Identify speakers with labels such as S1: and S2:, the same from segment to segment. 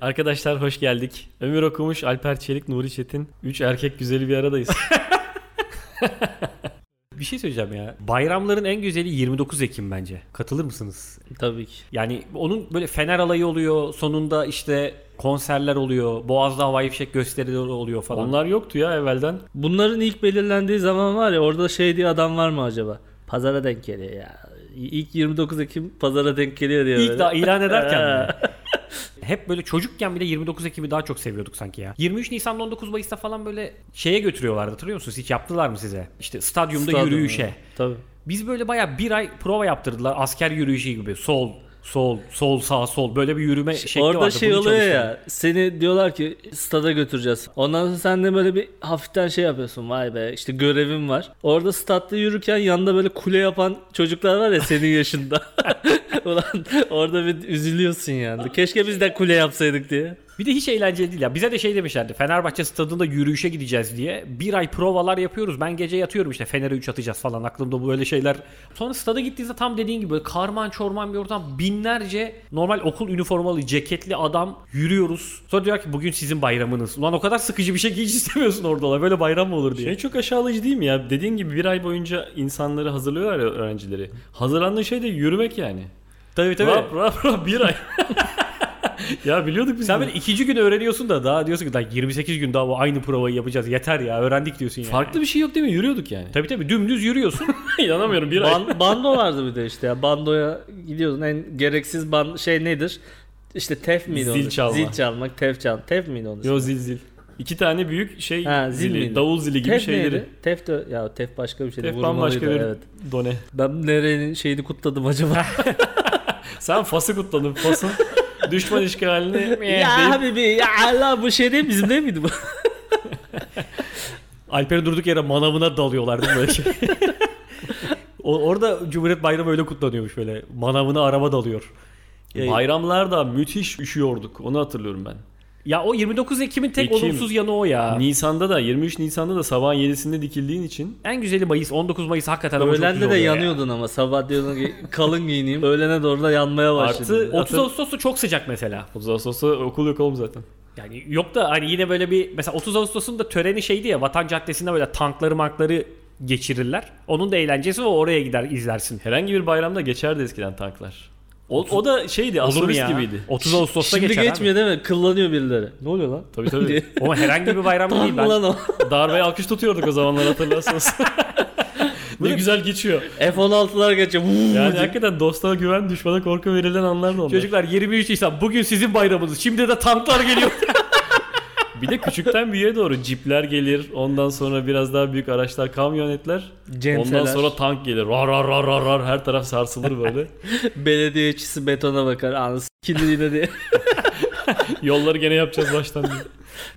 S1: Arkadaşlar hoş geldik. Ömür Okumuş, Alper Çelik, Nuri Çetin. Üç erkek güzeli bir aradayız.
S2: Bir şey söyleyeceğim ya. Bayramların en güzeli 29 Ekim bence. Katılır mısınız?
S1: Tabii ki.
S2: Yani onun böyle fener alayı oluyor. Sonunda işte konserler oluyor. Boğaz'da havai fişek gösterileri oluyor falan.
S1: Onlar yoktu ya evvelden.
S3: Bunların ilk belirlendiği zaman var ya orada şey diye adam var mı acaba? Pazara denk geliyor ya. İlk 29 Ekim pazara denk geliyor diye.
S2: İlk
S3: böyle.
S2: daha ilan ederken bile. Hep böyle çocukken bile 29 Ekim'i daha çok seviyorduk sanki ya. 23 Nisan'da 19 Mayıs'ta falan böyle şeye götürüyorlardı hatırlıyor musunuz? Hiç yaptılar mı size? İşte stadyumda
S3: Stadyum,
S2: yürüyüşe.
S3: evet. Tabii.
S2: Biz böyle bayağı bir ay prova yaptırdılar asker yürüyüşü gibi. Sol, sol, sol, sağ, sol. Böyle bir yürüme şekli
S3: Orada
S2: vardı.
S3: şey
S2: Bunu
S3: oluyor
S2: çalıştırdık.
S3: ya. Seni diyorlar ki stada götüreceğiz. Ondan sonra sen de böyle bir hafiften şey yapıyorsun. Vay be işte görevim var. Orada statta yürürken yanında böyle kule yapan çocuklar var ya senin yaşında. Ulan orada bir üzülüyorsun yani. Keşke biz de kule yapsaydık diye.
S2: Bir de hiç eğlenceli değil ya. Bize de şey demişlerdi. Fenerbahçe stadında yürüyüşe gideceğiz diye. Bir ay provalar yapıyoruz. Ben gece yatıyorum işte Fener'e 3 atacağız falan. Aklımda böyle şeyler. Sonra stada gittiğinizde tam dediğin gibi böyle karman çorman bir ortam. Binlerce normal okul üniformalı ceketli adam yürüyoruz. Sonra diyor ki bugün sizin bayramınız. Ulan o kadar sıkıcı bir şey ki hiç istemiyorsun oradalar. Böyle bayram mı olur diye.
S1: Şey çok aşağılayıcı değil mi ya? Dediğin gibi bir ay boyunca insanları hazırlıyorlar ya öğrencileri. Hazırlandığı şey de yürümek yani.
S2: tabii
S1: Rap rap rap bir ay. ya biliyorduk biz
S2: Sen
S1: bunu.
S2: böyle ikinci gün öğreniyorsun da daha diyorsun ki daha 28 gün daha bu aynı provayı yapacağız. Yeter ya öğrendik diyorsun yani.
S1: Farklı bir şey yok değil mi? Yürüyorduk yani.
S2: Tabii tabii dümdüz yürüyorsun.
S1: İnanamıyorum bir ay.
S3: Ban- bando vardı bir de işte ya. Bandoya gidiyordun. En gereksiz ban şey nedir? İşte tef miydi
S1: Zil
S3: onun?
S1: çalma.
S3: Zil çalmak, tef çal. Tef miydi onun?
S1: Yo zil zil. İki tane büyük şey
S3: Ha, zil
S1: zili,
S3: miydi?
S1: davul zili gibi
S3: tef
S1: şeyleri.
S3: neydi? Tef de ya tef başka bir şeydi.
S1: Tef
S3: vurmalıydı,
S1: bambaşka bir
S3: Evet.
S1: done.
S3: Ben nerenin şeyini kutladım acaba?
S1: Sen Fas'ı kutladın. Fas'ın düşman işgalini
S3: ya habibi ya Allah bu şey değil bizim değil miydi bu?
S2: Alper'in durduk yere manavına dalıyorlar değil mi böyle şey? O- Orada Cumhuriyet Bayramı öyle kutlanıyormuş böyle. Manavına araba dalıyor.
S1: Ee,
S2: Bay-
S1: Bayramlarda müthiş üşüyorduk. Onu hatırlıyorum ben.
S2: Ya o 29 Ekim'in tek
S1: Ekim.
S2: olumsuz yanı o ya.
S1: Nisan'da da 23 Nisan'da da sabahın 7'sinde dikildiğin için
S2: En güzeli Mayıs. 19 Mayıs hakikaten ama çok güzel
S3: Öğlende de
S2: oluyor ya.
S3: yanıyordun ama sabah diyordun ki kalın giyineyim. Öğlene doğru da yanmaya başladın.
S1: Artı-
S2: 30 Ağustos'ta çok sıcak mesela.
S1: 30 Ağustos'ta okul yok oğlum zaten.
S2: Yani yok da hani yine böyle bir mesela 30 Ağustos'un da töreni şeydi ya Vatan Caddesi'nde böyle tankları mankları geçirirler. Onun da eğlencesi o oraya gider izlersin.
S1: Herhangi bir bayramda geçerdi eskiden tanklar. O, o da şeydi,
S2: Olur mu
S1: asolist
S2: ya?
S1: gibiydi.
S2: 30 Ağustos'ta
S3: Şimdi
S2: geçer abi.
S3: geçmiyor değil mi? Kıllanıyor birileri. Ne oluyor lan?
S1: Tabii tabii.
S3: Diye.
S2: Ama herhangi bir bayram
S3: Tam
S2: değil. Ben
S3: lan o.
S1: Darbeye alkış tutuyorduk o zamanlar hatırlarsanız. ne güzel geçiyor.
S3: F-16'lar geçiyor. Vuuu
S1: Yani
S3: diye.
S1: hakikaten dostluğa güven, düşmana korku verilen anlar da onlar.
S2: Çocuklar 23 Nisan bugün sizin bayramınız. Şimdi de tanklar geliyor.
S1: Bir de küçükten büyüğe doğru cipler gelir. Ondan sonra biraz daha büyük araçlar, kamyonetler.
S3: Centeler.
S1: Ondan sonra tank gelir. Rar rar rar rar rar her taraf sarsılır böyle.
S3: Belediyecisi betona bakar. Anasını yine diye.
S1: Yolları gene yapacağız baştan. diye.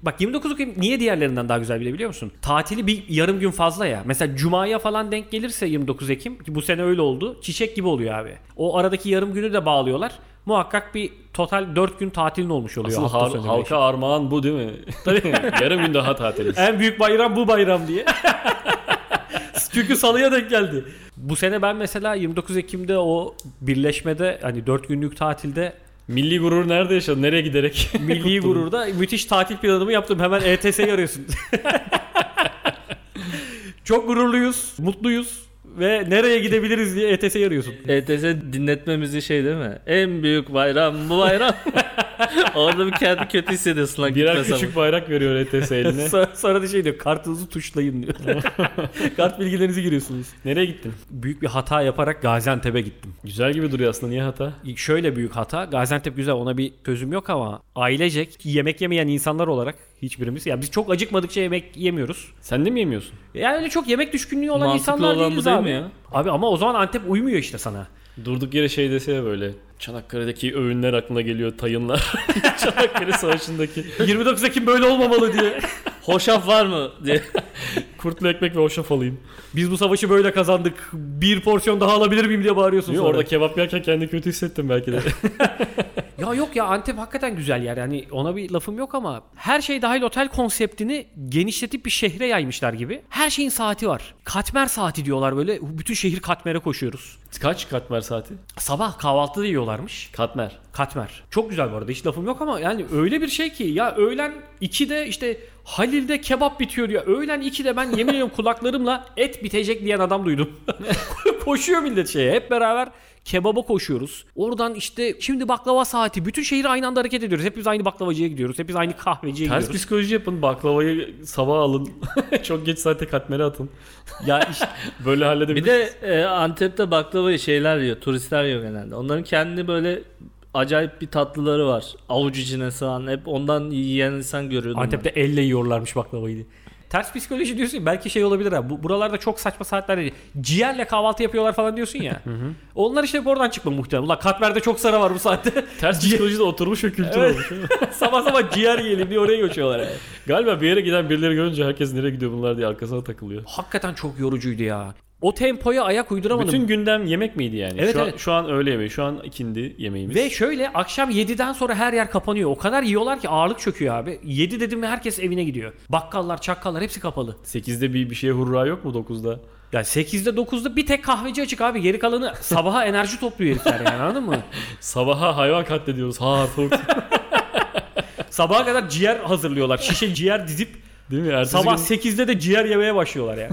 S2: Bak 29 Ekim niye diğerlerinden daha güzel bile biliyor musun? Tatili bir yarım gün fazla ya. Mesela Cuma'ya falan denk gelirse 29 Ekim ki bu sene öyle oldu. Çiçek gibi oluyor abi. O aradaki yarım günü de bağlıyorlar. Muhakkak bir total 4 gün tatilin olmuş oluyor.
S1: Aslında
S2: hafta
S1: har-
S2: sonu bile.
S1: halka armağan bu değil mi? Yarım gün daha tatiliz.
S2: En büyük bayram bu bayram diye. Çünkü salıya denk geldi. Bu sene ben mesela 29 Ekim'de o birleşmede hani 4 günlük tatilde
S1: Milli gurur nerede yaşadı? Nereye giderek?
S2: Milli gururda müthiş tatil planımı yaptım. Hemen ETS'yi arıyorsun. Çok gururluyuz, mutluyuz ve nereye gidebiliriz diye ETS'yi arıyorsun.
S3: ETS E dinletmemizi şey değil mi? En büyük bayram bu bayram. Orada bir kendi kötü hissediyorsun lan
S1: Birer
S3: gitmesem.
S1: küçük bayrak veriyor ETS eline.
S2: Sonra, sonra da şey diyor kartınızı tuşlayın diyor. Kart bilgilerinizi giriyorsunuz.
S1: Nereye gittin?
S2: Büyük bir hata yaparak Gaziantep'e gittim.
S1: Güzel gibi duruyor aslında. Niye hata?
S2: Şöyle büyük hata. Gaziantep güzel ona bir sözüm yok ama ailecek yemek yemeyen insanlar olarak hiçbirimiz. Ya biz çok acıkmadıkça yemek yemiyoruz.
S1: Sen de mi yemiyorsun?
S2: Yani öyle çok yemek düşkünlüğü olan
S3: Mantıklı
S2: insanlar
S3: olan bu
S2: değiliz
S3: değil
S2: abi.
S3: mi ya?
S2: Abi ama o zaman Antep uymuyor işte sana.
S1: Durduk yere şey dese ya böyle. Çanakkale'deki öğünler aklına geliyor. Tayınlar. Çanakkale Savaşı'ndaki.
S2: 29 Ekim böyle olmamalı diye.
S3: Hoşaf var mı diye.
S1: Kurtlu ekmek ve hoşaf alayım.
S2: Biz bu savaşı böyle kazandık. Bir porsiyon daha alabilir miyim diye bağırıyorsun
S1: Niye?
S2: sonra.
S1: Orada kebap yerken kendini kötü hissettim belki de.
S2: Ya yok ya Antep hakikaten güzel yer. Yani ona bir lafım yok ama her şey dahil otel konseptini genişletip bir şehre yaymışlar gibi. Her şeyin saati var. Katmer saati diyorlar böyle. Bütün şehir katmere koşuyoruz.
S1: Kaç katmer saati?
S2: Sabah kahvaltıda yiyorlarmış.
S1: Katmer.
S2: Katmer. Çok güzel bu arada hiç lafım yok ama yani öyle bir şey ki ya öğlen 2'de işte Halil'de kebap bitiyor ya. Öğlen 2'de ben yemin ediyorum kulaklarımla et bitecek diyen adam duydum. Koşuyor millet şeye hep beraber kebaba koşuyoruz. Oradan işte şimdi baklava saati bütün şehir aynı anda hareket ediyoruz. Hepimiz aynı baklavacıya gidiyoruz. Hepimiz aynı kahveciye
S1: Ters
S2: gidiyoruz.
S1: psikoloji yapın baklavayı sabah alın. Çok geç saate katmere atın.
S2: Ya işte
S1: Böyle halledebiliriz.
S3: Bir de e, Antep'te baklavayı şeyler yiyor, turistler yiyor genelde. Onların kendi böyle acayip bir tatlıları var. Avuç içine sığan. Hep ondan yiyen insan görüyordum. ben.
S2: Antep'te elle yiyorlarmış baklavayı. Ters psikoloji diyorsun ya, belki şey olabilir ha. Bu, buralarda çok saçma saatler değil. Ciğerle kahvaltı yapıyorlar falan diyorsun ya. Onlar işte hep oradan çıkma muhtemelen. Ulan Katmer'de çok sıra var bu saatte.
S1: Ters psikolojide oturmuş ve kültür
S2: Evet.
S1: olmuş.
S2: sabah sabah ciğer yiyelim diye oraya göçüyorlar. yani.
S1: Galiba bir yere giden birileri görünce herkes nereye gidiyor bunlar diye arkasına takılıyor.
S2: Hakikaten çok yorucuydu ya. O tempoya ayak uyduramadım.
S1: Bütün gündem yemek miydi yani?
S2: Evet,
S1: şu, an,
S2: evet.
S1: şu an öğle yemeği, şu an ikindi yemeğimiz.
S2: Ve şöyle akşam 7'den sonra her yer kapanıyor. O kadar yiyorlar ki ağırlık çöküyor abi. 7 dedim mi herkes evine gidiyor. Bakkallar, çakkallar hepsi kapalı.
S1: 8'de bir, bir şeye hurra yok mu 9'da?
S2: Ya 8'de 9'da bir tek kahveci açık abi. Geri kalanı sabaha enerji topluyor herifler yani anladın mı?
S1: Sabaha hayvan katlediyoruz. Ha tavuk.
S2: Sabaha kadar ciğer hazırlıyorlar. Şişe ciğer dizip
S1: Değil mi? Ertesi
S2: sabah
S1: gün
S2: 8'de de ciğer yemeye başlıyorlar yani.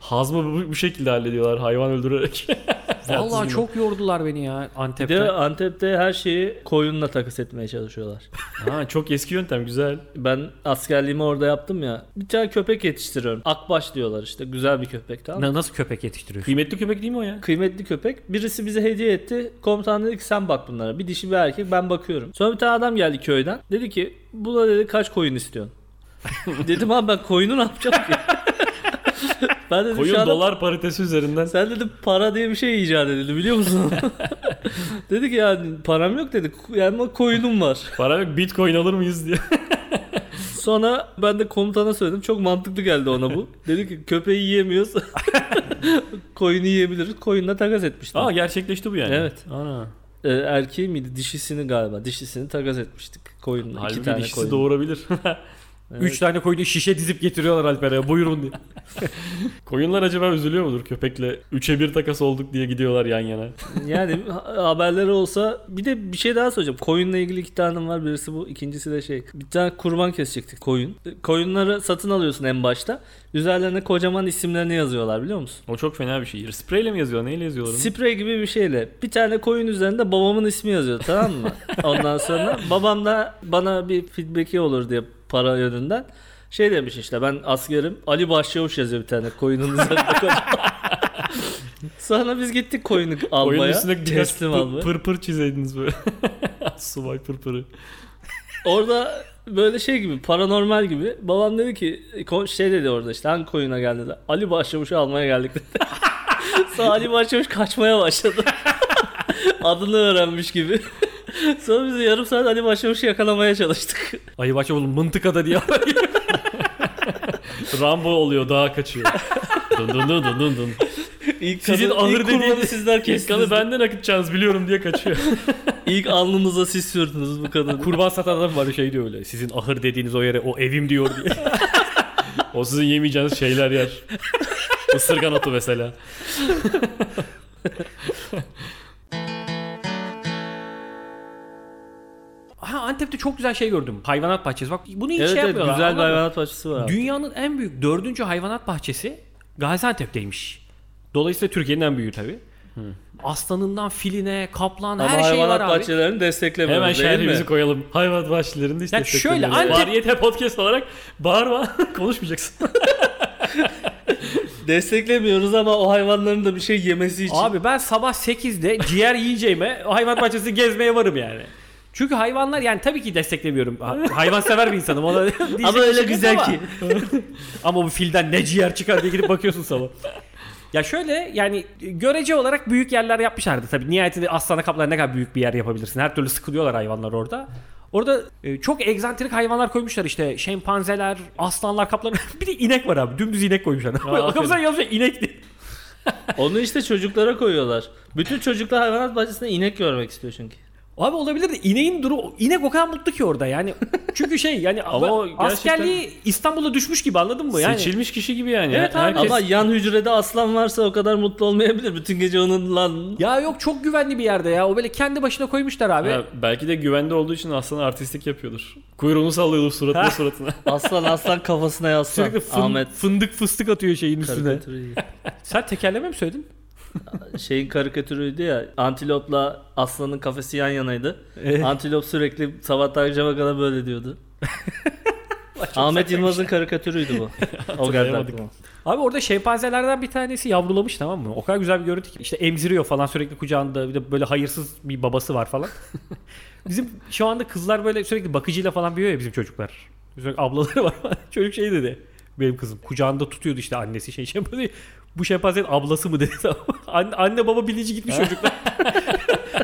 S1: hazmı bu, bu şekilde hallediyorlar hayvan öldürerek.
S2: Vallahi çok yordular beni ya
S3: Bir de
S2: Antep'te.
S3: Antep'te her şeyi koyunla takas etmeye çalışıyorlar.
S1: ha, çok eski yöntem güzel.
S3: Ben askerliğimi orada yaptım ya. Bir tane köpek yetiştiriyorum. Akbaş diyorlar işte. Güzel bir köpek tamam mı?
S2: Na- Nasıl köpek yetiştiriyorsun?
S1: Kıymetli köpek değil mi o ya?
S3: Kıymetli köpek. Birisi bize hediye etti. Komutan dedi ki sen bak bunlara. Bir dişi bir erkek ben bakıyorum. Sonra bir tane adam geldi köyden. Dedi ki buna dedi kaç koyun istiyorsun? dedim abi ben koyunu ne yapacağım ki? ben dedim şu
S1: Koyun
S3: adam-
S1: dolar paritesi üzerinden.
S3: sen dedim para diye bir şey icat edildi biliyor musun? dedi ki yani param yok dedi. Yani ama koyunum var.
S1: Para yok bitcoin alır mıyız diye.
S3: Sonra ben de komutana söyledim. Çok mantıklı geldi ona bu. Dedi ki köpeği yiyemiyoruz. Koyunu yiyebiliriz. Koyunla takas etmiştim.
S1: Aa gerçekleşti bu yani.
S3: Evet.
S1: Ana.
S3: Ee, erkeği miydi? Dişisini galiba. Dişisini takas etmiştik. Koyunla. iki
S1: Halbuki
S3: tane
S1: dişisi
S3: koyun.
S1: doğurabilir.
S2: 3 tane koyunu şişe dizip getiriyorlar Alper'e buyurun diye.
S1: Koyunlar acaba üzülüyor mudur köpekle? Üçe bir takas olduk diye gidiyorlar yan yana.
S3: Yani ha- haberleri olsa bir de bir şey daha söyleyeceğim. Koyunla ilgili iki tanem var. Birisi bu. ikincisi de şey. Bir tane kurban kesecektik koyun. Koyunları satın alıyorsun en başta. Üzerlerine kocaman isimlerini yazıyorlar biliyor musun?
S1: O çok fena bir şey. Spreyle mi yazıyorlar? Neyle yazıyorlar? onu?
S3: Sprey gibi bir şeyle. Bir tane koyun üzerinde babamın ismi yazıyor tamam mı? Ondan sonra babam da bana bir feedback'i olur diye para yönünden. Şey demiş işte ben askerim Ali Başçavuş yazıyor bir tane koyunun üzerinde. sonra biz gittik koyunu
S1: Oyunun
S3: almaya.
S1: üstüne birkaç
S3: Teslim
S1: pır,
S3: almaya.
S1: pır pır çizeydiniz böyle. Subay pırpırı.
S3: Orada böyle şey gibi paranormal gibi. Babam dedi ki ko- şey dedi orada işte hangi koyuna geldi dedi. Ali Başçavuş'u almaya geldik dedi. Sonra Ali Başçavuş kaçmaya başladı. Adını öğrenmiş gibi. Sonra biz yarım saat Ali Başçavuş'u yakalamaya çalıştık.
S2: Ayı başa oğlum mıntıkada diye.
S1: Rambo oluyor daha kaçıyor. dın dın dın dın dın dın.
S3: İlk
S1: Sizin
S3: kadın-
S1: ahır
S3: ilk kurbanı
S1: dediğiniz-
S3: sizler
S1: Kanı
S3: kestiniz.
S1: benden akıtacağınız biliyorum diye kaçıyor.
S3: İlk alnınıza siz sürdünüz bu kadını.
S2: Kurban satan adam var şey diyor öyle. Sizin ahır dediğiniz o yere o evim diyor diye.
S1: O sizin yemeyeceğiniz şeyler yer. Isırgan otu mesela.
S2: Ha Antep'te çok güzel şey gördüm. Hayvanat bahçesi. Bak bunu hiç
S3: Evet
S2: şey
S3: evet
S2: yapmıyorlar.
S3: güzel bir
S2: anladın mı?
S3: hayvanat bahçesi var. abi.
S2: Dünyanın en büyük dördüncü hayvanat bahçesi Gaziantep'teymiş. Dolayısıyla Türkiye'nin en büyüğü tabii. Aslanından filine, kaplan
S3: Ama
S2: her şey var
S3: hayvanat
S2: abi.
S3: bahçelerini desteklemiyoruz
S1: Hemen
S3: değil mi?
S1: şerhimizi koyalım. Hayvan bahçelerinde işte.
S2: Ya şöyle,
S1: destekliyoruz.
S2: Antep-
S1: Variyete podcast olarak bağırma konuşmayacaksın.
S3: Desteklemiyoruz ama o hayvanların da bir şey yemesi için.
S2: Abi ben sabah 8'de ciğer yiyeceğime o hayvan bahçesini gezmeye varım yani. Çünkü hayvanlar yani tabii ki desteklemiyorum. Ha- Hayvansever bir insanım. Ona diyecek
S3: ama
S2: bir
S3: öyle
S2: şey yok
S3: güzel
S2: ama-
S3: ki.
S2: Ama bu filden ne ciğer çıkar diye gidip bakıyorsun sabah. Ya şöyle yani görece olarak büyük yerler yapmışlardı tabii. Nihayetinde aslana kaplan ne kadar büyük bir yer yapabilirsin. Her türlü sıkılıyorlar hayvanlar orada. Orada e, çok egzantrik hayvanlar koymuşlar işte. Şempanzeler, aslanlar, kaplanlar. bir de inek var abi. Dümdüz inek koymuşlar.
S1: aferin.
S2: Kapıdan yazıyor inek diye.
S3: Onu işte çocuklara koyuyorlar. Bütün çocuklar hayvanat bahçesinde inek görmek istiyor çünkü.
S2: Abi olabilir de ineğin duru inek o kadar mutlu ki orada yani. Çünkü şey yani
S1: Ama o
S2: ama
S1: gerçekten-
S2: askerliği İstanbul'a düşmüş gibi anladın mı? Yani
S1: Seçilmiş kişi gibi yani.
S2: Evet abi.
S1: Herkes
S3: Ama yan hücrede aslan varsa o kadar mutlu olmayabilir. Bütün gece onun lan
S2: ya yok çok güvenli bir yerde ya. O böyle kendi başına koymuşlar abi.
S1: Ha, belki de güvende olduğu için aslan artistlik yapıyordur. Kuyruğunu sallıyordur suratına suratına.
S3: aslan aslan kafasına yaslan.
S2: Sürekli fın-
S3: Ahmet
S2: fındık fıstık atıyor şeyin üstüne.
S3: karikatürü.
S2: Sen tekerleme mi söyledin?
S3: Şeyin karikatürüydü ya. Antilopla aslanın kafesi yan yanaydı. Antilop sürekli sabah akşama kadar böyle diyordu. Ahmet
S2: şey.
S3: Yılmaz'ın karikatürüydü bu. o geldi
S1: Hatırlayamadık.
S3: aklıma.
S2: Abi orada şempanzelerden bir tanesi yavrulamış tamam mı? O kadar güzel bir görüntü ki. İşte emziriyor falan sürekli kucağında. Bir de böyle hayırsız bir babası var falan. bizim şu anda kızlar böyle sürekli bakıcıyla falan büyüyor ya bizim çocuklar. Sürekli ablaları var. Çocuk şey dedi. Benim kızım kucağında tutuyordu işte annesi şey şempanze. Bu şempanzenin ablası mı dedi tamam mı? anne, anne baba bilinci gitmiş çocuklar.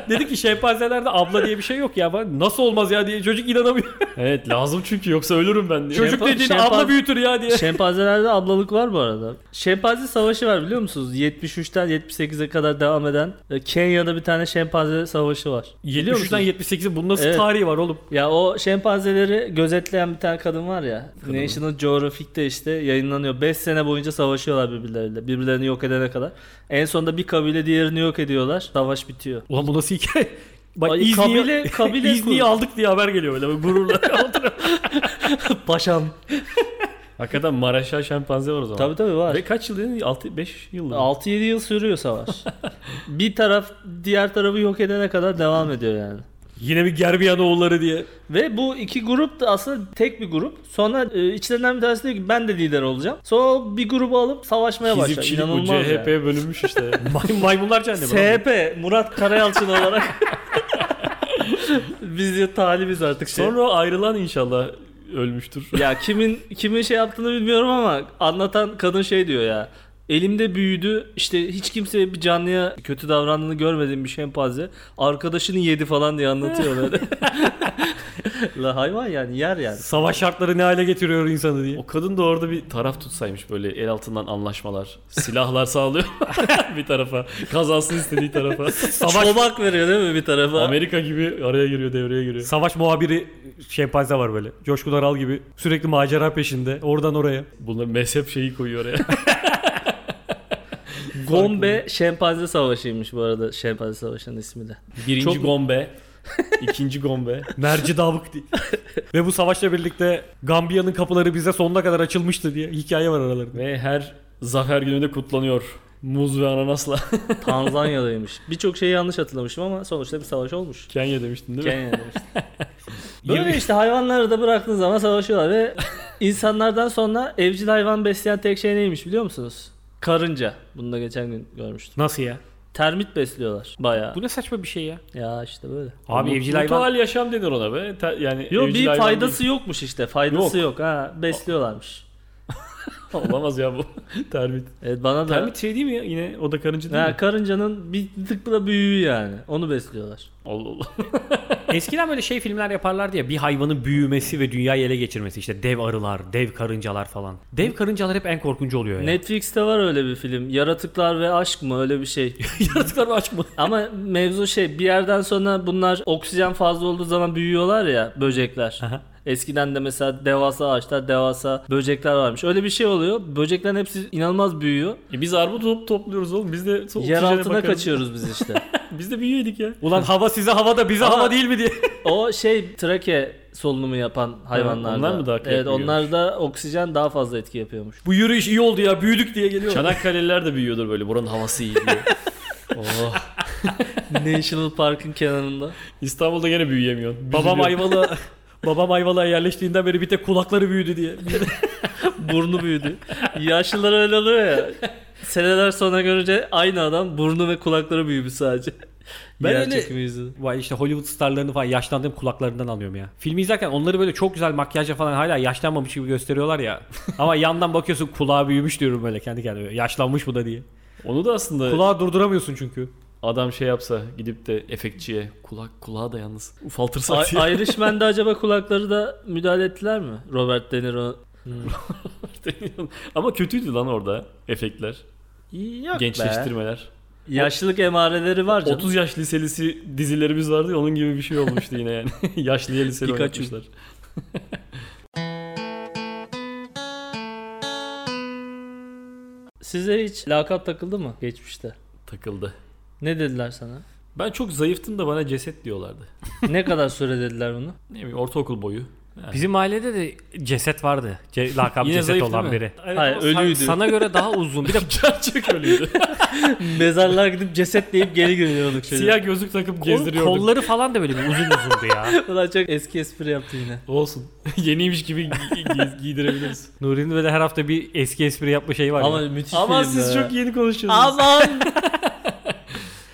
S2: dedi ki şempanzelerde abla diye bir şey yok ya. Ben, Nasıl olmaz ya diye çocuk inanamıyor.
S1: evet lazım çünkü yoksa ölürüm ben diye.
S2: çocuk
S3: Şempan-
S2: dediğin
S3: şempan-
S2: abla büyütür ya diye.
S3: Şempanzelerde ablalık var bu arada. Şempanze savaşı var biliyor musunuz? 73'ten 78'e kadar devam eden e, Kenya'da bir tane şempanze savaşı var. Biliyor
S2: 73'den 78'e bunun nasıl
S3: Evet.
S2: tarihi var oğlum?
S3: Ya o şempanzeleri gözetleyen bir tane kadın var ya. National Geographic'te işte yayınlanıyor. 5 sene boyunca savaşıyorlar birbirleriyle. Birbirlerini yok edene kadar. En sonunda bir kabile diğerini yok ediyorlar. Savaş bitiyor.
S2: Ulan bu nasıl hikaye? Bak
S3: Ay,
S2: İzni'yi,
S3: kabile- kabile
S2: İzni'yi
S3: kur-
S2: aldık diye haber geliyor böyle böyle gururla.
S3: Paşam.
S1: Hakikaten Maraşa şempanze var o zaman.
S3: Tabii tabii var.
S1: Ve kaç yıl dedin? 6 5 yıl. mı?
S3: 6-7 yıl sürüyor savaş. bir taraf diğer tarafı yok edene kadar devam ediyor yani.
S2: Yine bir Gerbiyanoğulları diye.
S3: Ve bu iki grup da aslında tek bir grup. Sonra e, içlerinden bir tanesi diyor ki ben de lider olacağım. Sonra o bir grubu alıp savaşmaya başlıyor.
S1: Hizipçilik bu
S3: İnanılmaz
S1: CHP
S3: yani.
S1: 'ye bölünmüş işte.
S2: May- maymunlar cehennemi. lan.
S3: SHP Murat Karayalçın olarak biz de talibiz artık. Şey.
S1: Sonra o ayrılan inşallah ölmüştür.
S3: ya kimin kimin şey yaptığını bilmiyorum ama anlatan kadın şey diyor ya. Elimde büyüdü işte hiç kimseye bir canlıya kötü davrandığını görmediğim bir şempanze. Arkadaşını yedi falan diye anlatıyor böyle. La hayvan yani yer yani.
S2: Savaş şartları ne hale getiriyor insanı diye.
S1: O kadın da orada bir taraf tutsaymış böyle el altından anlaşmalar, silahlar sağlıyor bir tarafa, kazansın istediği tarafa.
S2: Savaş-
S3: Çobak veriyor değil mi bir tarafa?
S1: Amerika gibi araya giriyor, devreye giriyor.
S2: Savaş muhabiri şempanze var böyle. Coşkun Aral gibi sürekli macera peşinde. Oradan oraya.
S1: Bunlar mezhep şeyi koyuyor oraya.
S3: Gombe Şempanze Savaşı'ymış bu arada. Şempanze Savaşı'nın ismi de.
S1: Birinci
S3: Çok-
S1: gombe, ikinci gombe.
S2: Merci davuk diye. Ve bu savaşla birlikte Gambiya'nın kapıları bize sonuna kadar açılmıştı diye hikaye var aralarında.
S1: Ve her zafer günü de kutlanıyor. Muz ve ananasla.
S3: Tanzanya'daymış. Birçok şeyi yanlış hatırlamışım ama sonuçta bir savaş olmuş.
S1: Kenya demiştin değil mi?
S3: Kenya'daymış. Böyle işte hayvanları da bıraktığın zaman savaşıyorlar ve insanlardan sonra evcil hayvan besleyen tek şey neymiş biliyor musunuz? Karınca. Bunu da geçen gün görmüştüm.
S2: Nasıl ya?
S3: Termit besliyorlar bayağı.
S2: Bu ne saçma bir şey ya?
S3: Ya işte böyle.
S2: Abi
S1: Mut-
S2: evcil hayvan.
S1: Mutual yaşam denir ona be. Te- yani
S3: Yok
S1: evcil
S3: bir
S1: hayvan
S3: faydası yokmuş işte. Faydası yok. ha besliyorlarmış.
S1: değil. Olamaz ya bu. Termit.
S3: Evet bana da.
S1: Termit şey değil mi ya? Yine o da karınca değil
S3: Ha,
S1: mi?
S3: karıncanın bir tık da büyüğü yani. Onu besliyorlar.
S1: Allah Allah.
S2: Eskiden böyle şey filmler yaparlardı ya bir hayvanın büyümesi ve dünyayı ele geçirmesi işte dev arılar, dev karıncalar falan. Dev karıncalar hep en korkuncu oluyor ya.
S3: Netflix'te var öyle bir film. Yaratıklar ve aşk mı öyle bir şey.
S2: Yaratıklar mı aç mı?
S3: Ama mevzu şey bir yerden sonra bunlar oksijen fazla olduğu zaman büyüyorlar ya böcekler.
S2: Aha.
S3: Eskiden de mesela devasa ağaçlar, devasa böcekler varmış. Öyle bir şey oluyor. Böceklerin hepsi inanılmaz büyüyor.
S1: E biz armut top topluyoruz oğlum. Biz de so-
S3: Yer
S1: oksijene
S3: altına
S1: bakarız.
S3: kaçıyoruz biz işte.
S1: Biz de büyüyedik ya.
S2: Ulan hava size hava da bize
S3: Ama-
S2: hava değil mi diye.
S3: o şey trake solunumu yapan hayvanlarda.
S1: onlar mı daha kıyak
S3: Evet
S1: büyüyormuş?
S3: onlarda oksijen daha fazla etki yapıyormuş.
S2: Bu yürüyüş iyi oldu ya büyüdük diye geliyor.
S1: Çanakkale'liler de büyüyordur böyle. Buranın havası iyi diye. oh.
S3: National Park'ın kenarında.
S1: İstanbul'da gene büyüyemiyorsun.
S2: Babam
S1: Büzülüyor.
S2: Ayvalı Babam Ayvalı'ya yerleştiğinden beri bir tek kulakları büyüdü diye.
S3: Burnu büyüdü. Yaşlılar öyle oluyor ya. Seneler sonra görünce aynı adam burnu ve kulakları büyümüş sadece.
S2: Ben
S3: Yer
S2: öyle-
S3: çekimi yüzünden.
S2: Vay işte Hollywood starlarını falan yaşlandığım kulaklarından alıyorum ya. Filmi izlerken onları böyle çok güzel makyajla falan hala yaşlanmamış gibi gösteriyorlar ya. Ama yandan bakıyorsun kulağı büyümüş diyorum böyle kendi kendime. Yaşlanmış bu da diye.
S1: Onu da aslında
S2: Kulağı durduramıyorsun çünkü.
S1: adam şey yapsa gidip de efektçiye kulak kulağa da yalnız ufaltırsak
S3: Ay-
S1: diye.
S3: Irishman'de acaba kulakları da müdahale ettiler mi? Robert De Niro.
S1: Ama kötüydü lan orada efektler.
S3: Yok be.
S1: gençleştirmeler.
S3: Yaşlılık emareleri var canım.
S1: 30 yaş liselisi dizilerimiz vardı ya onun gibi bir şey olmuştu yine yani. Yaşlıya liseli
S3: Pikachu.
S1: oynatmışlar.
S3: Size hiç lakap takıldı mı geçmişte?
S1: Takıldı.
S3: Ne dediler sana?
S1: Ben çok zayıftım da bana ceset diyorlardı.
S3: ne kadar süre dediler bunu?
S1: Ne bileyim ortaokul boyu. Yani.
S2: Bizim ailede de ceset vardı. Ce- lakap
S1: Yine
S2: ceset
S1: zayıf
S2: olan
S1: değil mi?
S2: biri. Evet,
S3: Hayır,
S2: ama
S3: ölüydü.
S2: Sana, sana göre daha uzun. Bir de
S1: Gerçek öyleydi.
S3: Mezarlığa gidip ceset deyip geri geliyorduk şöyle.
S1: Siyah gözlük takıp
S2: kol,
S1: gezdiriyorduk.
S2: kolları falan da böyle bir uzun uzundu ya.
S3: Ulan çok eski espri yaptı yine.
S1: Olsun. Yeniymiş gibi gi- gi- giydirebiliriz.
S2: Nuri'nin böyle her hafta bir eski espri yapma şeyi var.
S3: Ama
S2: ya.
S3: müthiş
S1: Ama
S3: film
S1: siz
S3: ya.
S1: çok yeni konuşuyorsunuz.
S3: Aman.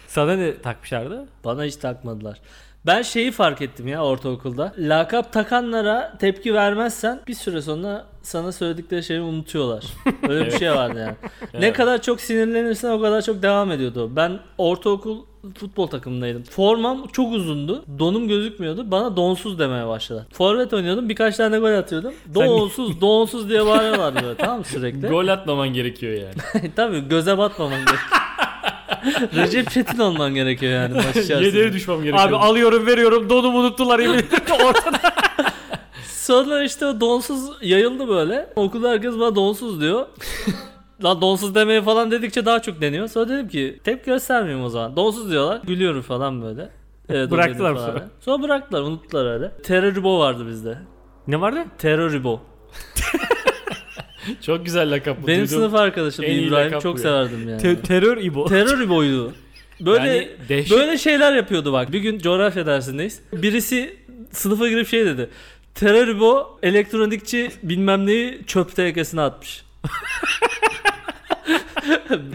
S2: Sana ne takmışlardı?
S3: Bana hiç takmadılar. Ben şeyi fark ettim ya ortaokulda. Lakap takanlara tepki vermezsen bir süre sonra sana söyledikleri şeyi unutuyorlar. Öyle bir şey vardı yani. Ne
S1: Evet.
S3: kadar çok sinirlenirsen o kadar çok devam ediyordu. o. Ben ortaokul futbol takımındaydım. Formam çok uzundu. Donum gözükmüyordu. Bana donsuz demeye başladılar. Forvet oynuyordum. Birkaç tane gol atıyordum. Donsuz, donsuz diye bağırıyorlardı böyle. Tamam mı sürekli?
S1: Gol atmaman gerekiyor yani.
S3: Tabii göze batmaman gerekiyor. Recep Çetin olman gerekiyor yani maç
S1: Yedeğe
S3: içerisinde.
S1: düşmem gerekiyor.
S2: Abi alıyorum veriyorum donumu unuttular yemin ederim. Ortada.
S3: Sonra işte o donsuz yayıldı böyle. Okulda herkes bana donsuz diyor. Lan donsuz demeye falan dedikçe daha çok deniyor. Sonra dedim ki tepki göstermeyeyim o zaman. Donsuz diyorlar. Gülüyorum falan böyle. Evet,
S2: Bıraktılar
S3: dedim falan.
S2: sonra.
S3: Sonra bıraktılar unuttular öyle. Teröribo vardı bizde.
S2: ne vardı?
S3: Teröribo.
S1: Çok güzel lakap bu.
S3: Benim
S1: Duydum.
S3: sınıf arkadaşım
S1: en iyi
S3: İbrahim
S1: lakap
S3: çok
S1: bu ya.
S3: severdim yani.
S2: Te- terör İbo.
S3: Teröribo'ydu. Böyle
S1: Yani dehşet-
S3: böyle şeyler yapıyordu bak. Bir gün coğrafya dersindeyiz. Birisi sınıfa girip şey dedi. Teröribo elektronikçi bilmem neyi çöp tenekesine atmış.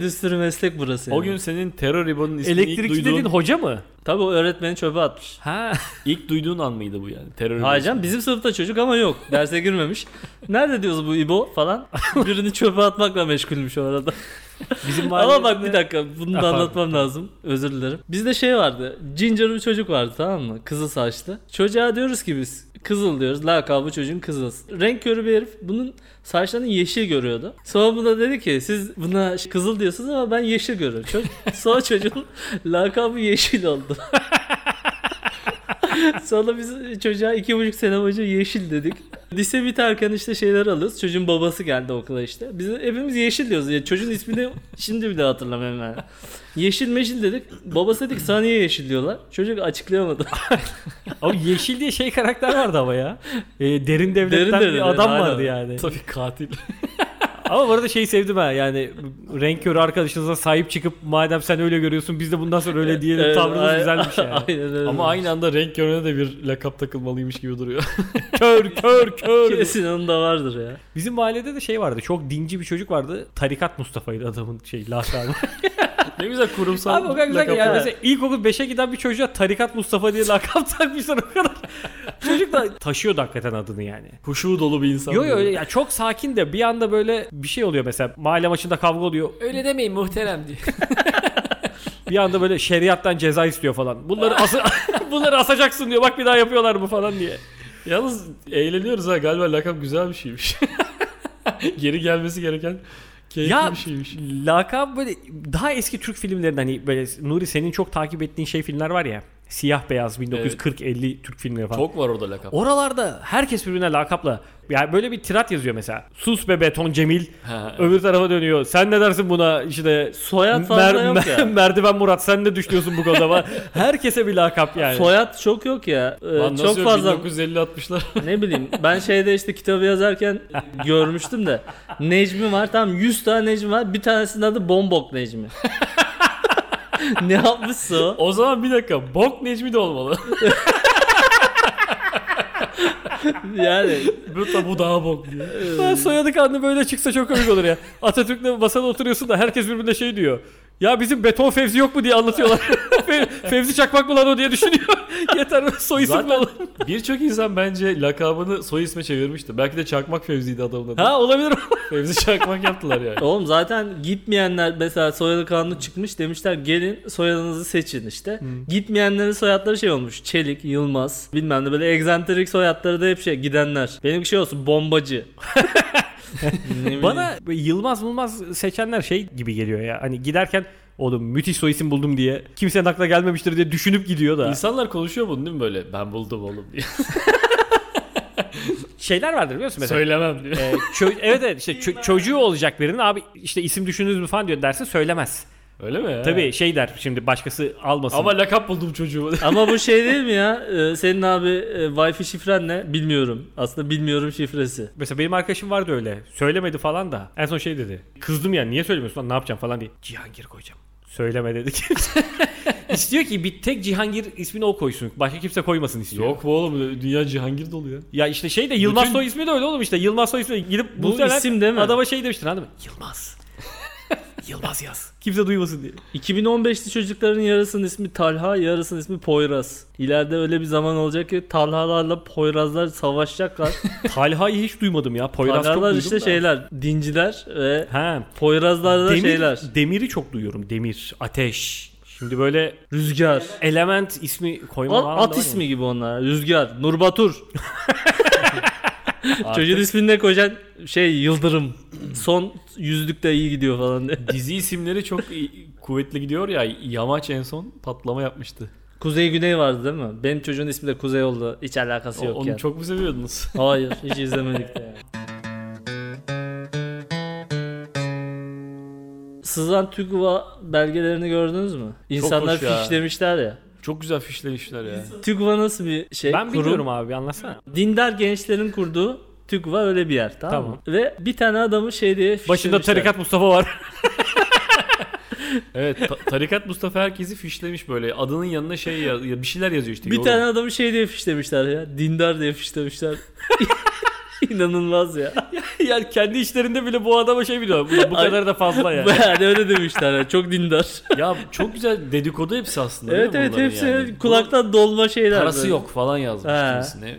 S3: bir sürü meslek burası.
S1: O
S3: yani.
S1: gün senin terör ribonun ismini
S2: Elektrikçi
S1: ilk duyduğun,
S2: dediğin hoca mı?
S3: tabii o öğretmeni çöpe atmış.
S2: Ha.
S1: ilk duyduğun an mıydı bu yani? Terör ribonu.
S3: Hayır canım, bizim sınıfta çocuk ama yok. Derse girmemiş. Nerede diyoruz bu İbo falan. Birini çöpe atmakla meşgulmüş o arada.
S2: Bizim
S3: Ama bak
S2: mahallede-
S3: bir dakika bunu da
S2: pardon.
S3: anlatmam lazım. Özür dilerim. Bizde şey vardı. Ginger bir çocuk vardı tamam mı? Kızıl saçlı. Çocuğa diyoruz ki biz kızıl diyoruz. Lakabı çocuğun kızıl. Renk körü bir herif. Bunun saçlarını yeşil görüyordu. Sonra buna dedi ki siz buna ş- kızıl diyorsunuz ama ben yeşil görüyorum. Çocuk, sonra çocuğun lakabı yeşil oldu. Sonra biz çocuğa iki buçuk sene boyunca yeşil dedik. Lise biterken işte şeyler alırız. Çocuğun babası geldi okula işte. Biz hepimiz yeşil diyoruz. Ya çocuğun ismini şimdi bile hatırlamıyorum ben. Yeşil meşil dedik. Babası dedik sana niye yeşil diyorlar. Çocuk açıklayamadı.
S2: Abi yeşil diye şey karakter vardı ama ya. Ee, derin devletten
S3: Derin
S2: bir
S3: Devlet,
S2: adam
S3: aynen.
S2: vardı yani.
S1: Tabii katil.
S2: Ama bu arada şeyi sevdim ha yani renk körü arkadaşınıza sahip çıkıp madem sen öyle görüyorsun biz de bundan sonra öyle diyelim
S3: Evet,
S2: tavrınız
S3: ay-
S2: güzelmiş yani.
S3: Aynen öyle.
S1: Ama aynı anda renk körüne de bir lakap takılmalıymış gibi duruyor.
S2: kör kör kör.
S3: Kesin onun da vardır ya.
S2: Bizim mahallede de şey vardı çok dinci bir çocuk vardı. Tarikat Mustafa'ydı adamın şey lakabı.
S1: ne güzel kurumsal
S2: Abi o kadar güzel ki
S1: lakap
S2: yani
S1: var.
S2: mesela ilkokul 5'e giden bir çocuğa Tarikat Mustafa diye lakap takmışlar o kadar. Çocuk da taşıyordu hakikaten adını yani.
S1: Huşu dolu bir insan.
S2: Yo yo
S1: böyle.
S2: öyle- ya çok sakin de bir anda böyle bir şey oluyor mesela mahalle maçında kavga oluyor.
S1: Öyle demeyin muhterem diye.
S2: Bir anda böyle şeriattan ceza istiyor falan. Bunları as bunları asacaksın diyor. Bak bir daha yapıyorlar mı falan diye.
S1: Yalnız eğleniyoruz ha galiba lakap güzel bir şeymiş. Geri gelmesi gereken keyifli
S2: Ya
S1: bir şeymiş.
S2: lakab böyle daha eski Türk filmlerinden hani böyle Nuri senin çok takip ettiğin şey filmler var ya. Siyah beyaz 1940-50 Türk filmleri falan.
S1: Çok var orada lakap.
S2: Oralarda herkes birbirine lakapla yani böyle bir tirat yazıyor mesela. Sus be beton Cemil.
S1: Ha.
S2: Öbür tarafa dönüyor. Sen ne dersin buna işte
S3: Soyad fazla
S2: mer-
S3: yok ya.
S2: merdiven Murat sen ne düşünüyorsun bu konuda falan. Herkese bir lakap yani.
S3: Soyad çok yok ya. Ee,
S1: Lan nasıl
S3: çok
S1: yok?
S3: fazla
S1: 1950 60'lar.
S3: ne bileyim ben şeyde işte kitabı yazarken görmüştüm de Necmi var tam 100 tane Necmi var bir tanesinin adı Bombok Necmi. ne yapmışsa o?
S1: o zaman bir dakika. Bok Necmi de olmalı.
S3: Yani
S1: Bu da bu daha bok diye.
S2: Ben soyadı kanlı böyle çıksa çok komik olur ya. Atatürk'le masada oturuyorsun da herkes birbirine şey diyor. Ya bizim beton Fevzi yok mu diye anlatıyorlar. Fe- Fevzi çakmak mı lan o diye düşünüyor. Yeter soy isim
S1: Zaten
S2: mi
S1: birçok insan bence lakabını soy isme çevirmişti. Belki de Çakmak Fevzi'ydi adamın adı.
S2: Ha olabilir.
S1: Fevzi Çakmak yaptılar yani.
S3: oğlum zaten gitmeyenler mesela soyadı kanunu çıkmış demişler gelin soyadınızı seçin işte. Gitmeyenlerin soyadları şey olmuş Çelik, Yılmaz bilmem ne böyle egzantrik soyadları da hep şey gidenler. Benimki şey olsun bombacı. Ne bileyim.
S2: Bana böyle Yılmaz Yılmaz seçenler şey gibi geliyor ya. Hani giderken Oğlum müthiş soy isim buldum diye. Kimsenin aklına gelmemiştir diye düşünüp gidiyor da.
S1: İnsanlar konuşuyor bunu değil mi böyle? Ben buldum oğlum diye.
S2: Şeyler vardır biliyor musun mesela?
S1: Söylemem diyor.
S2: Ee, çö- evet evet işte çö- çocuğu olacak birinin abi işte isim düşündünüz mü falan diyor dersin söylemez.
S1: Öyle mi ya?
S2: Tabii şey der şimdi başkası almasın.
S1: Ama lakap buldum çocuğuma.
S3: Ama bu şey değil mi ya? Ee, Senin abi e, Wi-Fi şifren ne? Bilmiyorum. Aslında bilmiyorum şifresi.
S2: Mesela benim arkadaşım vardı öyle. Söylemedi falan da. En son şey dedi. Kızdım ya niye söylemiyorsun lan ne yapacağım falan diye. Cihangir koyacağım. Söyleme dedik. istiyor ki bir tek Cihangir ismini o koysun. Başka kimse koymasın istiyor.
S1: Yok bu oğlum dünya Cihangir dolu ya.
S2: Ya işte şey de Yılmaz
S1: Bütün-
S2: soy ismi de öyle oğlum işte. Yılmaz soy ismi gidip
S3: Bu
S2: muhtemelen
S3: isim değil mi?
S2: Adama şey demiştir anladın mı? Yılmaz. Yılmaz yaz. Kimse duymasın diye.
S3: 2015'li çocukların yarısının ismi Talha, yarısının ismi Poyraz. İleride öyle bir zaman olacak ki Talhalarla Poyrazlar savaşacaklar.
S2: Talha'yı hiç duymadım ya. Poyraz çok
S3: Talhalar
S2: duydum
S3: işte
S2: da.
S3: şeyler, dinciler ve
S2: Ha.
S3: Poyrazlar da
S2: Demir,
S3: şeyler.
S2: Demiri çok duyuyorum. Demir, ateş. Şimdi böyle
S3: Rüzgar.
S2: element ismi koyma
S3: At,
S2: falan da
S3: at
S2: var ya.
S3: ismi gibi onlar. Rüzgar, Nurbatur. Çocuğun ismini ne koyacaksın? Şey Yıldırım. Son yüzlükte iyi gidiyor falan diye.
S1: Dizi isimleri çok i- kuvvetli gidiyor ya. Yamaç en son patlama yapmıştı.
S3: Kuzey Güney vardı değil mi? Benim çocuğun ismi de Kuzey oldu. Hiç alakası
S1: O-
S3: yok
S1: onu
S3: yani.
S1: çok mu seviyordunuz?
S3: Hayır hiç izlemedik de yani. Sızan TÜGVA belgelerini gördünüz mü? İnsanlar
S1: hoş ya.
S3: fişlemişler ya.
S1: Çok güzel fişlemişler ya.
S3: TÜGVA nasıl bir şey?
S2: Ben
S3: kurum?
S2: biliyorum abi anlatsana.
S3: Dindar gençlerin kurduğu TÜGVA öyle bir yer tamam, mı? Ve bir tane adamı şey diye
S2: Başında
S3: fişlemişler.
S2: tarikat Mustafa var.
S1: Evet ta- tarikat Mustafa herkesi fişlemiş böyle. Adının yanına şey yaz- ya bir şeyler yazıyor işte.
S3: Bir
S1: yorum.
S3: tane adamı şey diye fişlemişler ya. Dindar diye fişlemişler. İnanılmaz ya.
S2: yani kendi işlerinde bile bu adama şey biliyor. Bu, bu
S3: Ay.
S2: kadar da fazla yani.
S3: Yani öyle demişler ya. Çok dindar.
S1: Ya çok güzel dedikodu hepsi aslında.
S3: evet
S1: değil mi
S3: evet
S1: bunların
S3: hepsi
S1: yani?
S3: kulaktan dolma şeyler.
S1: Parası
S3: böyle.
S1: yok falan yazmış
S3: He.
S1: kimisine.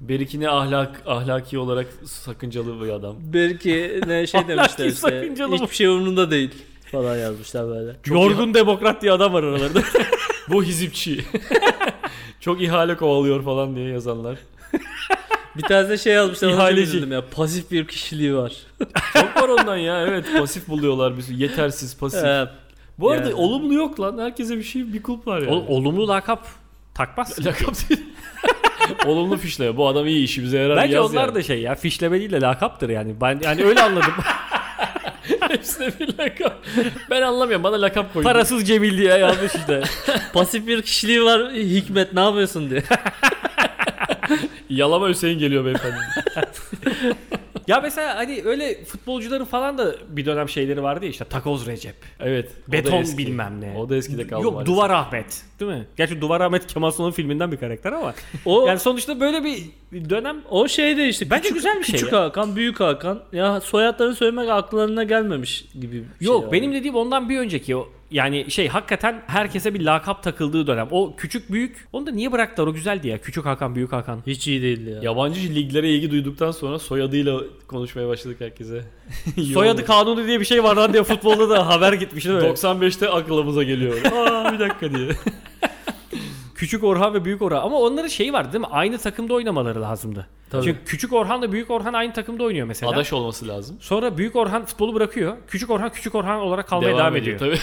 S1: Berikini ahlak ahlaki olarak sakıncalı bir adam.
S3: Belki ne şey demişler işte.
S2: sakıncalı bu.
S3: Hiçbir şey umurunda değil falan yazmışlar böyle.
S2: Yorgun demokrat diye adam var aralarında.
S1: Bu hizipçi. çok ihale kovalıyor falan diye yazanlar.
S3: Bir tane de şey yazmışlar. ona çok
S2: İhaleci.
S3: üzüldüm ya. Pasif bir kişiliği var.
S1: Çok var ondan ya evet pasif buluyorlar bir sürü. Yetersiz pasif.
S3: Ee,
S1: Bu arada
S3: Yani.
S1: olumlu yok lan. Herkese bir şey bir kulp var yani.
S2: Oğlum olumlu lakap takmazsın.
S1: Lakap değil. olumlu fişle. Bu adam iyi işimize yarar.
S2: Bence
S1: yaz
S2: onlar
S1: yani.
S2: da şey ya fişleme değil de lakaptır yani. Ben yani öyle anladım.
S1: Hepsine bir lakap. Ben anlamıyorum. Bana lakap koyun.
S2: Parasız Cemil diye yazmış işte.
S3: pasif bir kişiliği var. Hikmet ne yapıyorsun diye.
S1: Yalama Hüseyin geliyor beyefendi.
S2: ya mesela hani öyle futbolcuların falan da bir dönem şeyleri vardı ya işte takoz Recep.
S1: Evet. o da
S2: Beton
S1: eski.
S2: bilmem ne.
S1: O da eskide kaldı.
S2: Yok
S1: maalesef.
S2: Duvar Ahmet değil mi? Gerçi Duvar Ahmet Kemal Sunal'ın filminden bir karakter ama.
S3: O
S2: Yani sonuçta böyle bir dönem
S3: o şey de işte.
S2: Bence
S3: küçük,
S2: güzel bir şey
S3: Küçük
S2: ya.
S3: Hakan, büyük Hakan. Ya soyadlarını söylemek aklarına gelmemiş gibi. bir şey
S2: Yok
S3: ya.
S2: benim dediğim ondan bir önceki o yani şey hakikaten herkese bir lakap takıldığı dönem. O küçük büyük onu da niye bıraktılar o güzeldi ya. Küçük Hakan büyük Hakan.
S3: hiç iyi değildi ya.
S1: Yabancı liglere ilgi duyduktan sonra soyadıyla konuşmaya başladık herkese. İyi
S2: Soyadı
S1: oldu.
S2: kanunu diye bir şey var lan diye futbolda da haber gitmiş değil mi?
S1: 95'te aklımıza geliyor. Aa bir dakika diye.
S2: Küçük Orhan ve Büyük Orhan ama onların şeyi var değil mi? Aynı takımda oynamaları lazımdı.
S1: Tabii.
S2: Çünkü Küçük Orhan'la Büyük Orhan aynı takımda oynuyor mesela.
S1: Adaş olması lazım.
S2: Sonra Büyük Orhan futbolu bırakıyor. Küçük Orhan Küçük Orhan olarak kalmaya devam, ediyor.
S1: Tabii.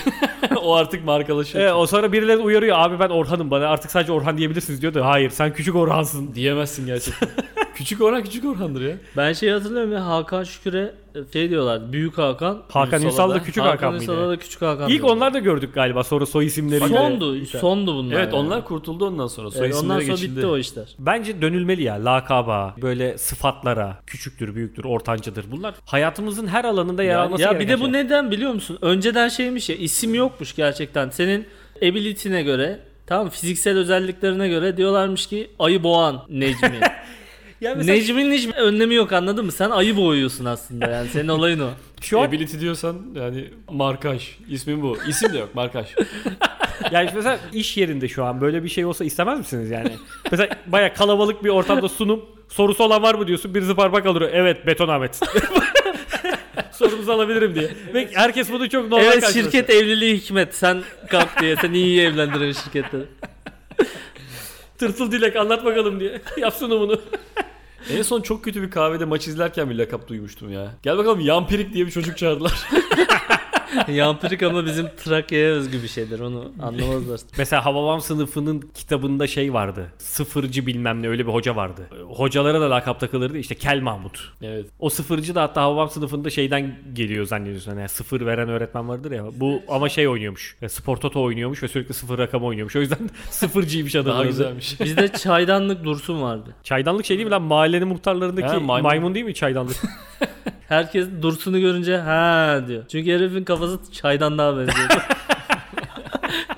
S1: o artık markalaşıyor.
S2: E, o sonra birileri uyarıyor abi ben Orhan'ım bana artık sadece Orhan diyebilirsiniz diyor da hayır sen Küçük Orhan'sın.
S1: Diyemezsin gerçekten. küçük Orhan küçük Orhan'dır ya.
S3: Ben şey hatırlıyorum ya Hakan Şükür'e e, şey diyorlardı. Büyük Hakan.
S2: Hakan Ünsal'da küçük Hakan
S3: Hakan
S2: mıydı?
S3: Ünsal'da da küçük Hakan.
S2: İlk
S3: diyorlar.
S2: onlar da gördük galiba sonra soy isimleriyle.
S3: Sondu, sondu bunlar.
S1: Evet
S3: yani.
S1: onlar kurtuldu ondan sonra. Soy
S3: Evet, Ee, ondan
S1: isimleri
S3: sonra
S1: geçildi.
S3: bitti o işler.
S2: Bence dönülmeli ya lakaba, böyle sıfatlara, küçüktür, büyüktür, ortancadır. Bunlar hayatımızın her alanında yer
S3: Ya,
S2: alması
S3: ya bir
S2: gereken
S3: de bu
S2: şey.
S3: neden biliyor musun? Önceden şeymiş ya isim yokmuş gerçekten. Senin ability'ne göre tamam fiziksel özelliklerine göre diyorlarmış ki ayı boğan Necmi.
S2: Ya mesela
S3: Necmi'nin hiçbir önlemi yok anladın mı? Sen ayı boğuyorsun aslında yani senin olayın o.
S2: şu an,
S1: Ability diyorsan yani markaj. İsmin bu. İsim de yok markaj.
S2: yani işte mesela iş yerinde şu an böyle bir şey olsa istemez misiniz yani? mesela baya kalabalık bir ortamda sunum sorusu olan var mı diyorsun birisi parmak alıyor evet beton Ahmet. Sorumuzu alabilirim diye. Ve herkes bunu çok normal
S3: evet
S2: karşılıyor.
S3: şirket evliliği hikmet sen kalk diye seni iyi evlendiren şirketleri.
S2: Tırtıl Dilek anlat bakalım diye. Yapsın onu.
S1: en son çok kötü bir kahvede maç izlerken bir lakap duymuştum ya. Gel bakalım Yampirik diye bir çocuk çağırdılar.
S3: Yampirik ama bizim Trakya'ya özgü bir şeydir onu anlamazlar.
S2: Mesela Hababam sınıfının kitabında şey vardı. Sıfırcı bilmem ne öyle bir hoca vardı. E, Hocalara da lakap takılırdı işte Kel Mahmut.
S3: Evet.
S2: O sıfırcı da hatta Hababam sınıfında şeyden geliyor zannediyorsun. Hani sıfır veren öğretmen vardır ya. Bu ama şey oynuyormuş. E, Spor Toto oynuyormuş ve sürekli sıfır rakam oynuyormuş. O yüzden sıfırcıymış adamın
S1: Daha
S2: adı.
S1: güzelmiş.
S3: Bizde çaydanlık dursun vardı.
S2: Çaydanlık şey değil mi lan? Mahallenin muhtarlarındaki
S1: He, maymun.
S2: maymun. değil mi çaydanlık?
S3: Herkes dursunu görünce ha diyor. Çünkü herifin kafası çaydanlığa benziyor.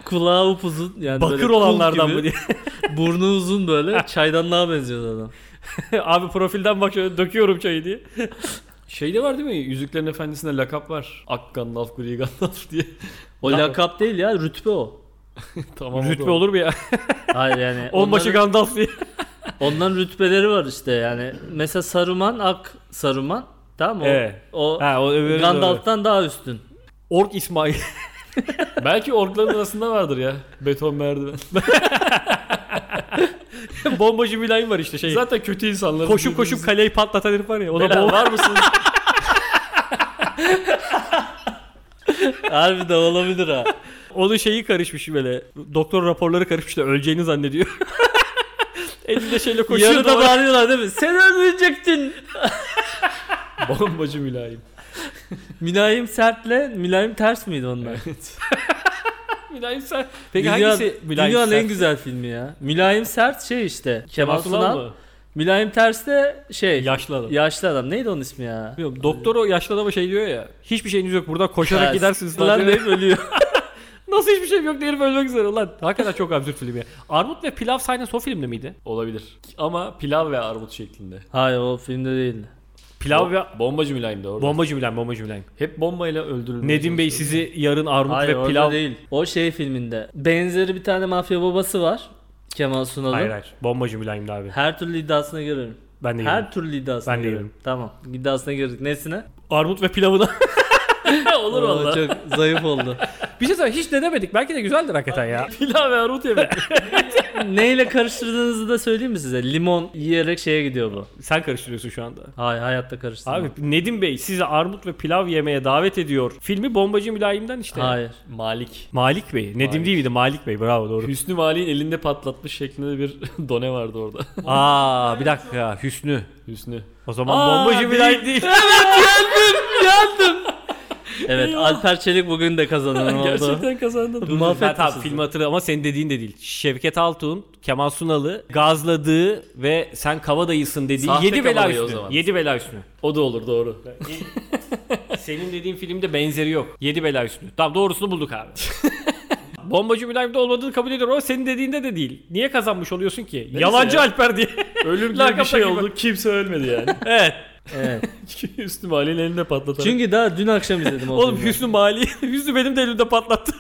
S3: Kulağı upuzun yani böyle
S2: Bakır
S3: kul
S2: olanlardan
S3: gibi.
S2: mı diye.
S3: Burnu uzun böyle çaydanlığa benziyor adam.
S2: Abi profilden bak şöyle döküyorum çayı diye.
S1: Şeyde Şey var değil mi? Yüzüklerin Efendisi'nde lakap var. Ak Gandalf, Gri Gandalf diye.
S3: O lakap değil ya rütbe o.
S1: tamam o da
S2: Rütbe
S1: o.
S2: olur mu ya?
S3: Hayır yani.
S2: Onbaşı
S3: onların,
S2: Gandalf diye.
S3: onların rütbeleri var işte yani. Mesela Saruman ak Saruman tamam mı? O,
S2: Evet.
S3: o
S2: Ha, o öbürü de öyle.
S3: Gandalf'tan daha üstün.
S2: Ork İsmail.
S1: Belki orkların arasında vardır ya. Beton merdiven.
S2: Bombacı Mülayim var işte şey.
S1: Zaten kötü insanlar.
S2: koşup koşup kaleyi patlatan herif var ya. O da
S1: Bela,
S2: bomba.
S1: var mısın?
S3: Harbi de olabilir ha.
S2: Onun şeyi karışmış böyle. Doktor raporları karışmış da öleceğini zannediyor. Elinde şeyle koşuyor.
S3: Yarıda
S2: duvara-
S3: bağırıyorlar değil mi? Sen ölmeyecektin.
S1: Bombacı mülayim.
S3: Mülayim sertle Mülayim ters miydi onlar?
S2: Mülayim sen. Peki
S3: Dünya-
S2: hangisi Mülayim
S3: Dünyanın
S2: sen?
S3: en güzel filmi ya. Mülayim Sert şey işte. Kemal
S2: Kemal Sunal
S3: Sunal.
S2: mı?
S3: Mülayim Ters de şey.
S2: Yaşlı adam.
S3: Yaşlı adam. Neydi onun ismi ya?
S2: Bilmiyorum, doktor o yaşlı adama şey diyor ya. Hiçbir şeyiniz yok buradan koşarak
S3: Ters.
S2: gidersiniz.
S3: Lan
S2: Lan
S3: hep ölüyor.
S2: Nasıl hiçbir şey yok diye herif ölmek üzere ulan. Hakikaten çok absürt film ya. Armut ve Pilav sahnesi o filmde miydi?
S1: Olabilir. Ama pilav ve armut şeklinde.
S3: Hayır o filmde değildi.
S2: Pilav ve
S1: Bombacı mülayim de orada.
S2: Bombacı Mülayim, Bombacı Mülayim.
S1: Hep bombayla öldürülmüş.
S2: Nedim Bey sizi yarın armut
S3: Hayır
S2: ve
S3: orada
S2: pilav...
S3: değil. O şey filminde. Benzeri bir tane mafya babası var. Kemal Sunal'ın.
S2: Hayır hayır. Bombacı Mülayim'di abi.
S3: Her türlü iddiasına girerim.
S2: Ben de
S3: Her
S2: yerim.
S3: türlü iddiasına
S2: Ben de
S3: girerim.
S2: yerim.
S3: Tamam. İddiasına girdik. Nesine?
S2: Armut ve pilavına.
S1: olur
S3: Oo,
S1: valla.
S3: Çok zayıf oldu.
S2: bir şey söyleyeyim hiç denemedik. Belki de güzeldir hakikaten ya.
S1: Pilav ve armut yemek.
S3: Neyle karıştırdığınızı da söyleyeyim mi size? Limon yiyerek şeye gidiyor bu.
S2: Sen karıştırıyorsun şu anda.
S3: Hayır hayatta karıştırma.
S2: Abi Nedim Bey sizi armut ve pilav yemeye davet ediyor. Filmi Bombacı Mülayim'den işte.
S3: Hayır.
S1: Malik.
S2: Malik Bey. Nedim
S1: Malik.
S2: değil miydi? Malik Bey. Bravo doğru.
S1: Hüsnü Malik'in elinde patlatmış şeklinde bir done vardı orada.
S2: Aa bir dakika. Hüsnü.
S1: Hüsnü.
S2: O zaman
S3: Aa,
S2: Bombacı Mülayim değil.
S3: Evet Alper Çelik bugün de kazanan oldu.
S1: Gerçekten kazandın.
S2: Mahvet
S3: Mahvettin
S2: tamam,
S3: sizi.
S2: filmi hatırla ama senin dediğin de değil. Şevket Altun, Kemal Sunal'ı gazladığı ve sen kavadayısın dediği
S1: Sahte
S2: 7 bela
S1: kavadayı o
S2: üstü.
S1: zaman.
S2: 7 bela üstü.
S1: O da olur doğru.
S2: Senin dediğin filmde benzeri yok. 7 bela üstü. Tamam doğrusunu bulduk abi. Bombacı Mülayim'de olmadığını kabul ediyorum ama senin dediğinde de değil. Niye kazanmış oluyorsun ki? Yalancı
S1: ya.
S2: Alper diye.
S1: Ölüm gibi bir
S2: Lakap
S1: şey
S2: takımı.
S1: oldu. Kimse ölmedi yani.
S2: evet.
S3: Evet.
S1: Hüsnü Malik'in elinde patlatan.
S3: Çünkü daha dün akşam izledim o
S2: Oğlum
S3: filmi.
S2: Hüsnü Mali. Hüsnü benim de elimde patlattı.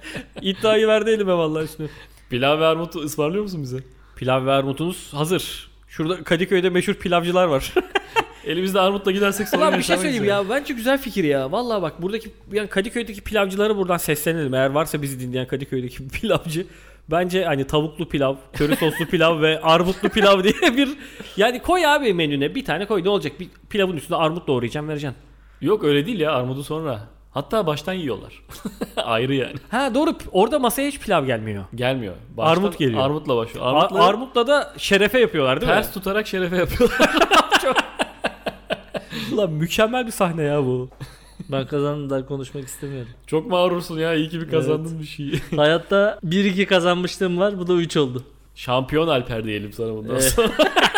S2: İddiayı verdi elime vallahi Hüsnü.
S1: Pilav ve armutu ısmarlıyor musun bize?
S2: Pilav ve armutunuz hazır. Şurada Kadıköy'de meşhur pilavcılar var.
S1: Elimizde armutla gidersek sorun
S2: Ulan bir şey
S1: yaşamayız
S2: söyleyeyim
S1: yani.
S2: ya. Bence güzel fikir ya. Vallahi bak buradaki yani Kadıköy'deki pilavcılara buradan seslenelim. Eğer varsa bizi dinleyen Kadıköy'deki pilavcı bence hani tavuklu pilav, köri soslu pilav ve armutlu pilav diye bir yani koy abi menüne bir tane koy ne olacak? Bir pilavın üstüne armut doğrayacağım vereceksin.
S1: Yok öyle değil ya armudu sonra. Hatta baştan yiyorlar. Ayrı yani.
S2: Ha doğru orada masaya hiç pilav gelmiyor.
S1: Gelmiyor.
S2: Armut geliyor.
S1: Armutla başlıyor.
S2: Ar-
S1: Armutla
S2: armutla da şerefe yapıyorlar değil
S1: ters
S2: mi?
S1: tutarak şerefe yapıyorlar.
S2: Ulan mükemmel bir sahne ya bu.
S3: Ben kazandım daha konuşmak istemiyorum.
S1: Çok mağrursun ya iyi ki bir kazandın bir şey. şeyi.
S3: Hayatta 1-2 kazanmışlığım var. Bu da 3 oldu.
S1: Şampiyon Alper diyelim sana bundan
S3: Evet.
S1: sonra.